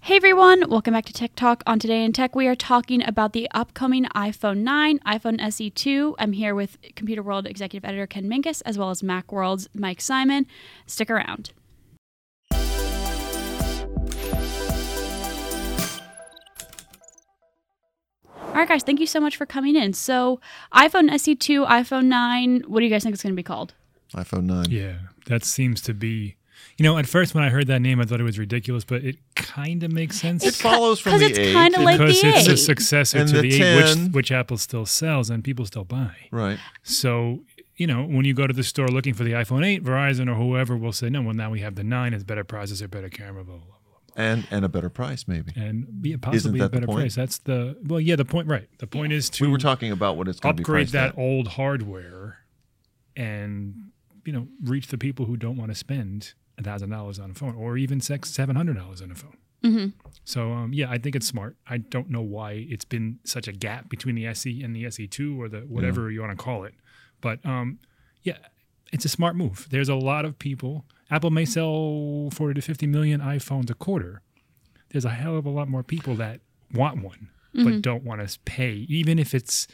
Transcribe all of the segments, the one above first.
Hey everyone, welcome back to Tech Talk. On Today in Tech, we are talking about the upcoming iPhone 9, iPhone SE 2. I'm here with Computer World Executive Editor Ken Minkus, as well as Macworld's Mike Simon. Stick around. All right, guys, thank you so much for coming in. So, iPhone SE 2, iPhone 9, what do you guys think it's going to be called? iPhone 9. Yeah, that seems to be. You know, at first when I heard that name, I thought it was ridiculous, but it kind of makes sense It follows from Because the it's 8. kind of like because the it's a 8. successor And to the the, eight, 10. which which Apple still sells and people still buy. Right. So you know, when you go to the store looking for the iPhone 8, Verizon or whoever will say, "No, well now we have the nine. It's better processor, better camera, blah blah." blah. And and a better price maybe. And yeah, possibly that a the better point? price. That's the well, yeah. The point, right? The point is to We were talking about what it's going to be upgrade priced that at. old hardware and you know reach the people who don't want to spend thousand dollars on a phone or even six seven hundred dollars on a phone Mhm. so um, yeah i think it's smart i don't know why it's been such a gap between the se and the se2 or the whatever you want to call it but um, yeah it's a smart move there's a lot of people apple may sell 40 to 50 million iphones a quarter there's a hell of a lot more people that want one Mm-hmm. but don't want to pay even if it's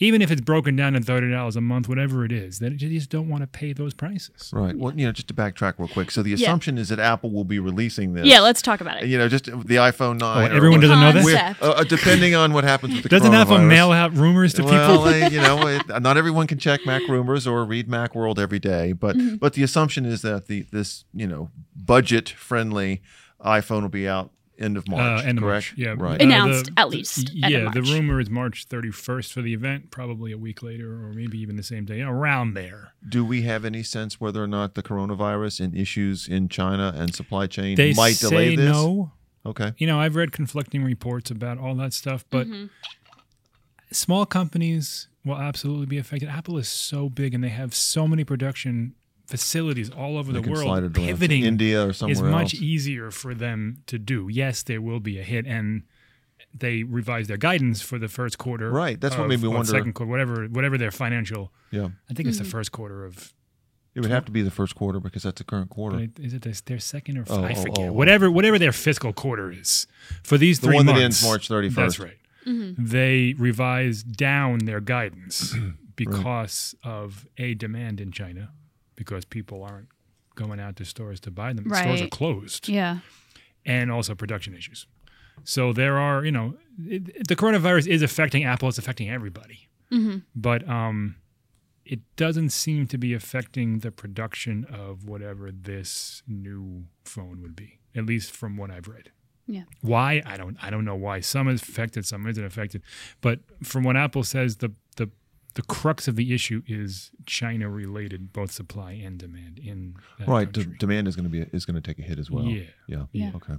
even if it's broken down to thirty dollars a month, whatever it is, then you just don't want to pay those prices. Right. Well, you know, just to backtrack real quick. So the Yeah. assumption is that Apple will be releasing this. Yeah, let's talk about it. You know, just the iPhone 9. Oh, everyone or doesn't know that? whatever. Concept. Uh, uh, depending on what happens with the Doesn't Apple coronavirus. mail out rumors to well, people? uh, you know, it, not everyone can check Mac rumors or read Mac World every day, but Mm-hmm. but the assumption is that the this you know budget friendly iPhone will be out end of March. Uh, end of correct? March, yeah. Right. Uh, Announced, the- at least, end of yeah, the March. rumor is March thirty first for the event, probably a week later or maybe even the same day, around there. Do we have any sense whether or not the coronavirus and issues in China and supply chain They might say delay this? no. Okay. You know, I've read conflicting reports about all that stuff, but small companies will absolutely be affected. Apple is so big and they have so many production facilities all over They the can slide world. it around to Pivoting India or somewhere is much e- else. easier for them to do. Yes, there will be a hit, and they revised their guidance for the first quarter. Right, that's what of- made me or wonder- Second quarter, whatever, whatever their financial. yeah. I think it's the first quarter of. It would have to be the first quarter because that's the current quarter. Is it their- their second or f- Oh, I oh, forget oh, oh. whatever whatever their fiscal quarter is for these The three one that ends months. March 31st. That's right. They revised down their guidance because of a demand in China, because people aren't going out to stores to buy them. Stores are Right. closed. Yeah. and also production issues. So there are, you know, it, it- the coronavirus is affecting Apple. It's affecting everybody, but um, it doesn't seem to be affecting the production of whatever this new phone would be. At least from what I've read. Yeah. Why I don't I don't know why some is affected, some isn't affected, but from what Apple says, the the the crux of the issue is China related, both supply and demand in that Right. De- country. demand is going to be is going to take a hit as well. Yeah. Yeah. Yeah. Okay.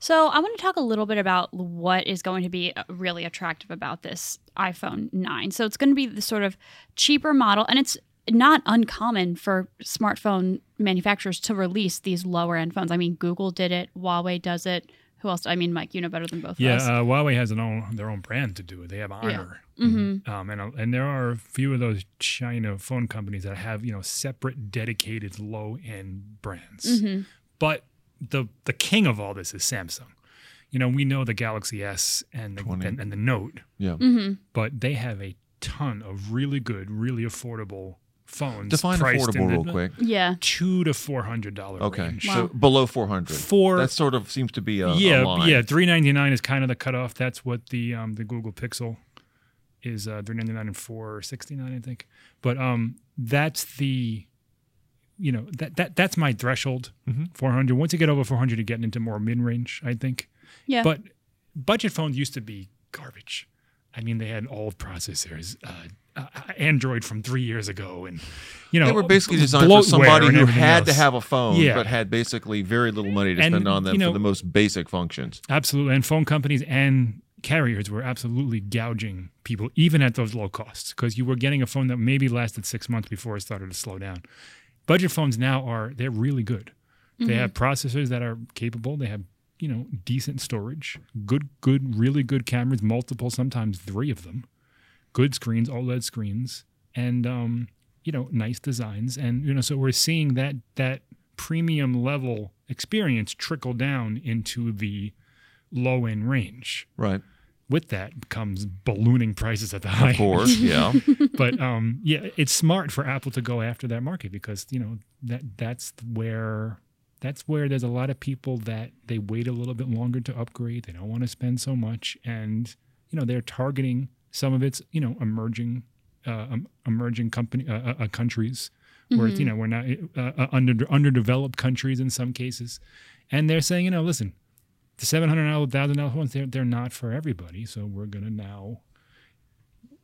So I want to talk a little bit about what is going to be uh, really attractive about this iPhone 9. So it's going to be the sort of cheaper model, and it's not uncommon for smartphone manufacturers to release these lower end phones. I mean, Google did it, Huawei does it. Who else? I mean, Mike, you know better than both Yeah, of us. uh, Huawei has an own, their own brand to do it. They have Honor, Mm-hmm. um, and and there are a few of those China phone companies that have you know separate, dedicated low end brands. But the the king of all this is Samsung. You know, we know the Galaxy S and the, 20. and, and the Note, Yeah. Mm. but they have a ton of really good, really affordable phones. Define priced in affordable the real quick. yeah. Two to four hundred dollar. Okay. range. Wow. So below 400. For- That sort of seems to be a, a yeah, line. yeah. Three ninety nine is kind of the cutoff. That's what the um, the Google Pixel is uh, three ninety nine and four sixty nine, I think. But um, that's the you know that that that's my threshold. Mm-hmm. hundred. Once you get over four hundred, you're getting into more mid range, I think. Yeah. But budget phones used to be garbage. I mean, they had old processors. Uh, uh, Android from three years ago, and you know They were basically designed for bloatware somebody and who everything had to else. have a phone, Yeah. but had basically very little money to And, spend on them you know- for the most basic functions. Absolutely. And phone companies and carriers were absolutely gouging people, even at those low costs, because you were getting a phone that maybe lasted six months before it started to slow down. Budget phones now are, they're really good. They have processors that are capable. They have, you know, decent storage, good, good, really good cameras, multiple, sometimes three of them, good screens, OLED screens, and, um, you know, nice designs. And, you know, so we're seeing that, that premium level experience trickle down into the low end range. Right. With that comes ballooning prices at the high. Of course. Yeah. but um, yeah, it's smart for Apple to go after that market because you know that that's where that's where there's a lot of people that they wait a little bit longer to upgrade. They don't want to spend so much, and you know they're targeting some of its you know emerging uh, um, emerging company uh, uh, countries where Mm-hmm. it's, you know we're not uh, uh, under underdeveloped countries in some cases, and they're saying you know listen, the seven hundred dollar thousand dollar phones they're they're not for everybody, so we're gonna now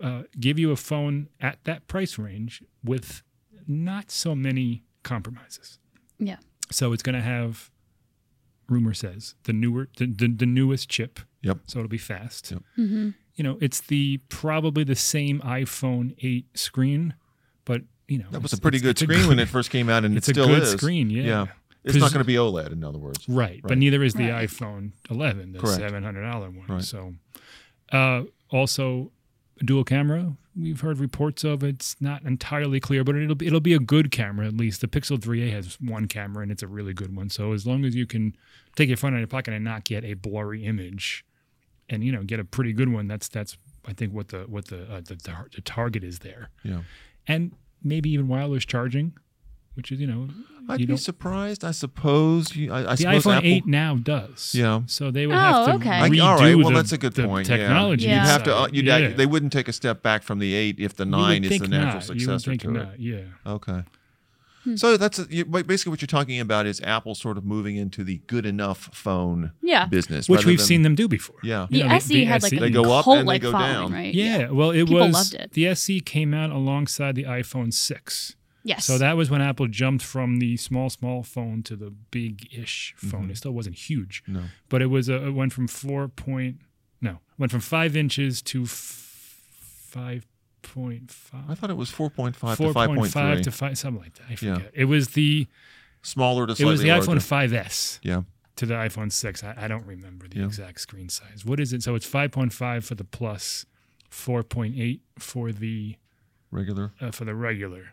uh, give you a phone at that price range with not so many compromises. Yeah. So it's gonna have, rumor says the newer the, the, the newest chip, Yep. so it'll be fast. Yep. You know, it's the probably the same iPhone eight screen, but you know That was a it's- pretty it's- good it's a screen when it first came out, and it's it a still good is. screen, yeah. Yeah. It's not Pres- going to be OLED, in other words. Right, Right. but neither is the Right. iPhone 11, the Correct. $700 one. Right. So, uh, also dual camera. We've heard reports of it's not entirely clear, but it'll be, it'll be a good camera at least. The Pixel 3a has one camera and it's a really good one. So as long as you can take your phone out of your pocket and not get a blurry image, and you know get a pretty good one, that's that's I think what the what the uh, the, the, the target is there, Yeah. and maybe even wireless charging, which is you know I'd you be don't- surprised, I suppose. You, I, I the suppose iPhone Apple, 8 now does. Yeah. So they would Oh, have to okay. I- redo all right. Well, the- that's a good the point. Technology. Yeah. Yeah. You'd have to. Uh, side. you'd Yeah. act- they wouldn't take a step back from the eight if the You would nine is think the natural not. You would successor think to it. not. Yeah. Okay. So that's uh, you- ba- basically what you're talking about is Apple sort of moving into the good enough phone Yeah. business, Which rather we've than- seen them do before. Yeah. You The know, SE had like SE. a They go up cult, and they like, go following, down. right? E. Yeah. Well, it People was loved it. the SE came out alongside the iPhone 6. Yes. So that was when Apple jumped from the small, small phone to the big-ish phone. Mm-hmm. It still wasn't huge, No. but it was a, it went from four point no went from five inches to f- five point I five. thought it was 4.5 Four to point five 5.3. to five, something like that. I Yeah. forget. It was the Smaller to it slightly was the larger. iPhone 5S Yeah. to the iPhone 6. I, I don't remember the Yeah. exact screen size. What is it? So it's 5.5 for the plus, 4.8 for the Regular. uh, for the regular.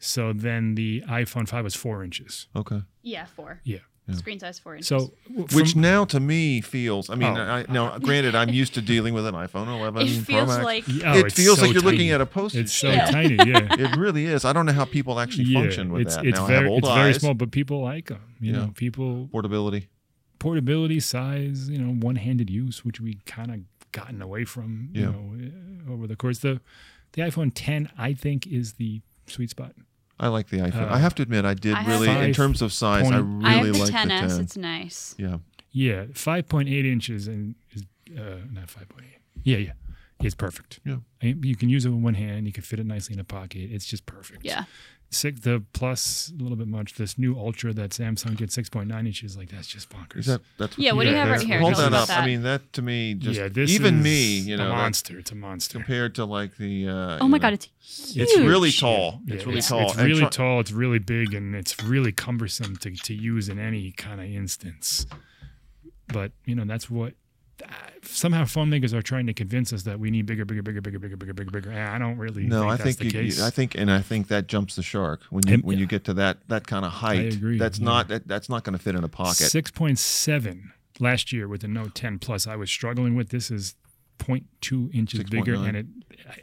So then the iPhone 5 was four inches. Okay. yeah, four. Yeah. Screen size four inches. So w- Which from- now to me feels. I mean, Oh. I, now granted, I'm used to dealing with an iPhone 11 it Pro feels Max. like Yeah, oh, it it's feels so like you're looking tiny. at a postage. it's so stamp. tiny. Yeah. It really is. I don't know how people actually yeah. function with it's, that. It's now I very have old it's eyes. very small, but people like them. You Yeah. know, people Portability. portability, size, you know, one-handed use, which we kind of gotten away from, Yeah. you know, eh, over the course. The the iPhone 10, I think, is the sweet spot. I like the iPhone. Uh, I have to admit, I did I have really, in five terms of size, I point- I have really the like 10s. the 10. It's nice. yeah. Yeah, 5.8 inches and is uh, not 5.8. Yeah, yeah, it's perfect. Yeah. I- you can use it with one hand. You can fit it nicely in a pocket. It's just perfect. Yeah. Six, the plus a little bit much. This new Ultra that Samsung did 6.9 inches, like that's just bonkers. Is that, that's Yeah, what do you yeah, have that's- right here? Hold Tell that us up. about that. I mean, that to me, just yeah, this even is me, you know, a that- monster. It's a monster. compared to like the. Uh, Oh you my know, god, it's huge. It's really tall. Yeah, It's really it's, tall. It's And really try- tall. It's really big, and it's really cumbersome to, to use in any kind of instance. But you know that's what uh, somehow phone makers are trying to convince us that we need bigger, bigger, bigger, bigger, bigger, bigger, bigger, bigger. And I don't really. No, think I that's think the you, case. you, I think, and I think that jumps the shark when you And- when you get to that that kind of height. agree, That's yeah. not that, that's not going to fit in a pocket. six point seven last year with the Note 10 Plus. I was struggling with this is 0.2 inches bigger, 6.9. and it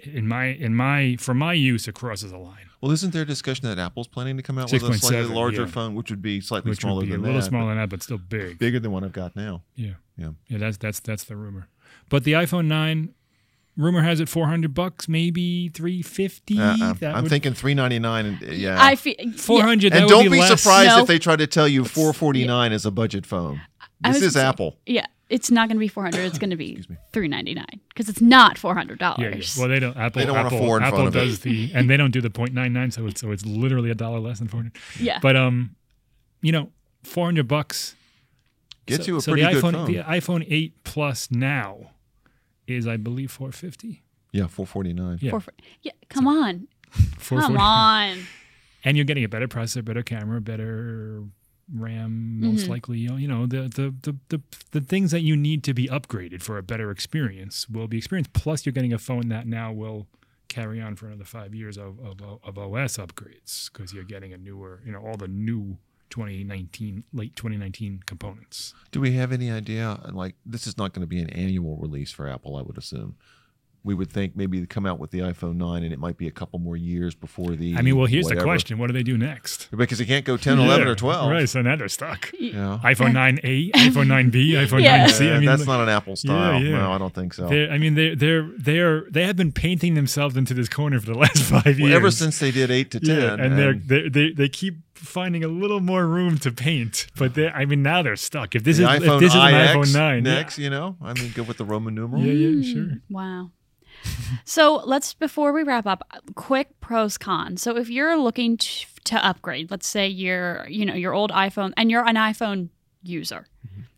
in my in my for my use it crosses a line. Well, isn't there discussion that Apple's planning to come out with a slightly 6.7, larger yeah. phone, which would be slightly Which smaller would be a than little that, smaller than that, but still big. but bigger than what I've got now? Yeah. Yeah. Yeah, that's that's that's the rumor. But the iPhone 9 rumor has it 400 bucks, maybe 350. Uh, That I'm would- thinking 399 and uh, yeah. I feel 400 that and would don't be, less. surprised No. if they try to tell you 449 is a budget phone. I was This is gonna say- Apple. Yeah, yeah, it's not going to be four hundred. It's going to be three ninety nine because it's not four hundred Yeah, yeah. dollars. Well, they don't. Apple, They don't want a Apple, four in Apple front of it. does the, and they don't do the 0.99, so it's so it's literally a dollar less than 400. Yeah. But um, you know, 400 bucks Gets so, you a so pretty the good iPhone, phone. The iPhone 8 Plus now is, I believe, 450. yeah, 449. Yeah. Four fr- yeah, come on, 440. come on. and you're getting a better processor, better camera, better RAM, most likely. You know, you know, the, the the the the things that you need to be upgraded for a better experience will be experienced. Plus, you're getting a phone that now will carry on for another five years of of, of OS upgrades because you're getting a newer, you know, all the new 2019, late 2019 components. Do we have any idea? Like, this is not going to be an annual release for Apple, I would assume. We would think maybe they come out with the iPhone 9 and it might be a couple more years before the. I mean, well, here's the whatever. question: What do they do next? Because they can't go 10, 11, Yeah, or 12. Right, so now they're stuck. Yeah. iPhone 9A, iPhone 9B, iPhone Yeah. 9C. I Yeah, mean, that's like, not an Apple style. yeah. No, I don't think so. they're, I mean, they're they're they're they have been painting themselves into this corner for the last five years. Well, ever since they did 8 to 10. yeah, and they're, they're they they keep finding a little more room to paint, but they I mean now they're stuck. If this the is iPhone if this is an IX iPhone nine yeah. next, you know? I mean, go with the Roman numeral. yeah, yeah, sure. mm, Wow. so let's before we wrap up, quick pros cons. So if you're looking to, to upgrade, let's say you're you know your old iPhone and you're an iPhone user,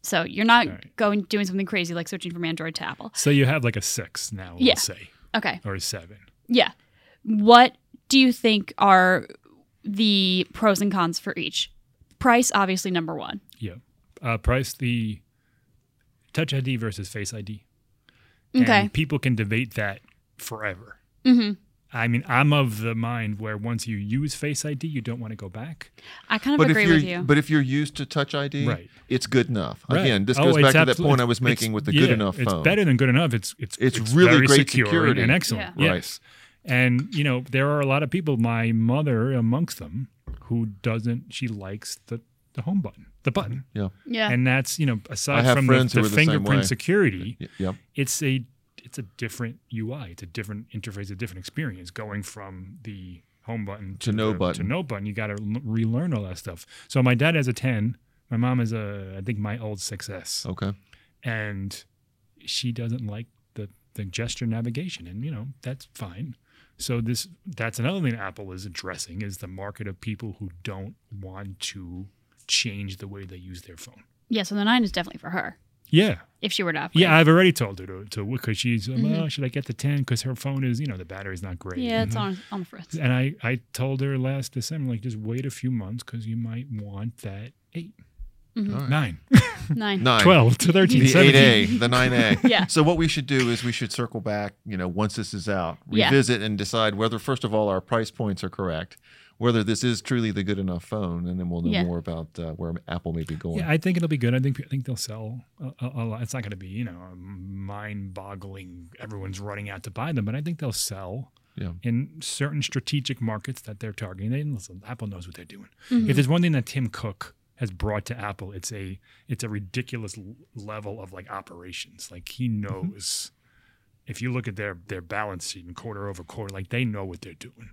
so you're not Mm-hmm. Right. going doing something crazy like switching from Android to Apple. So you have like a six now, Yeah. let's say, Okay, or a seven. yeah. What do you think are the pros and cons for each? Price, obviously, number one. Yeah. Uh, price the Touch ID versus Face ID. Okay. And people can debate that forever. hmm I mean, I'm of the mind where once you use Face ID, you don't want to go back. I kind of But if agree you're with you. but if you're used to Touch ID, Right. it's good enough. Right. Again, this Oh, goes it's back to that absolute- point I was it's- making with the yeah, good enough It's phone. better than good enough. It's it's It's really very great secure and- security. and excellent. Yeah. Right. Yes. And you know, there are a lot of people, my mother amongst them, who doesn't she likes the the home button, the button. Yeah. yeah. And that's, you know, aside Mm-hmm. have from the, friends who the are the same way. fingerprint security, Y- Yep. it's a it's a different UI. It's a different interface, a different experience going from the home button To no the- button. To no button, you got to relearn all that stuff. So my dad has a 10, my mom is a I think my old 6s. Okay. And she doesn't like the the gesture navigation and you know, that's fine. So this that's another thing Apple is addressing is the market of people who don't want to change the way they use their phone. yeah. So the nine is definitely for her Yeah. if she were to upgrade. Yeah, I've already told her to to because she's um, oh, should I get the ten because her phone is you know the battery's not great. Mm-hmm. Mm-hmm. Yeah, it's on on the fritz. And I I told her last December like just wait a few months because you might want that eight, Mm-hmm. All right. nine, Nine. Nine. twelve to thirteen, The 17. eight A, the nine A. Yeah. So what we should do is we should circle back, you know, once this is out, Yeah. revisit and decide whether first of all our price points are correct, whether this is truly the good enough phone, and then we'll know Yeah. more about uh, where Apple may be going. Yeah, I think it'll be good. I think I think they'll sell a, a, a lot. It's not going to be you know mind-boggling. Everyone's running out to buy them, but I think they'll sell Yeah. in certain strategic markets that they're targeting. They, listen, Apple knows what they're doing. Mm-hmm. If there's one thing that Tim Cook has brought to Apple, it's a it's a ridiculous l- level of like operations. Like he Mm-hmm. knows. If you look at their their balance sheet and quarter over quarter, like they know what they're doing.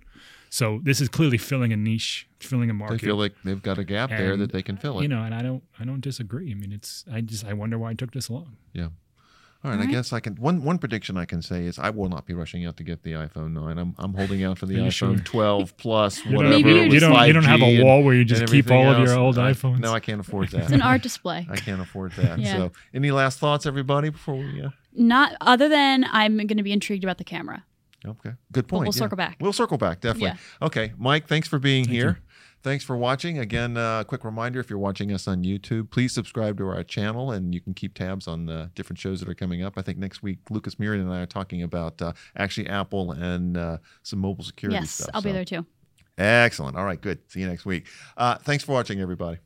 So this is clearly filling a niche, filling a They market feel like they've got a gap there that And, they can fill it. you know, and I don't, I don't disagree. I mean, it's, I just, I wonder why it took this long. Yeah. All right, I Alright. guess I can. One one prediction I can say is I will not be rushing out to get the iPhone nine. I'm I'm holding out for the Are you iPhone sure? 12 plus You don't, whatever. Maybe with you you don't, you don't have 5G a and- wall where you and just keep all of everything your else. old I- iPhones. No, I can't afford that. It's an art display. I can't afford that. Yeah. So, any last thoughts, everybody, before we? Uh, Not other than I'm going to be intrigued about the camera. okay, But good point. we'll yeah. circle back. We'll circle back definitely. Okay, Mike, thanks for being here. Thanks for watching. Again, uh, quick reminder: if you're watching us on YouTube, please subscribe to our channel, and you can keep tabs on the different shows that are coming up. I think next week Lucas Mirren and I are talking about uh, actually Apple and uh, some mobile security yes, stuff. I'll be so- there too. Excellent. All right, good. See you next week. Uh, thanks for watching, everybody.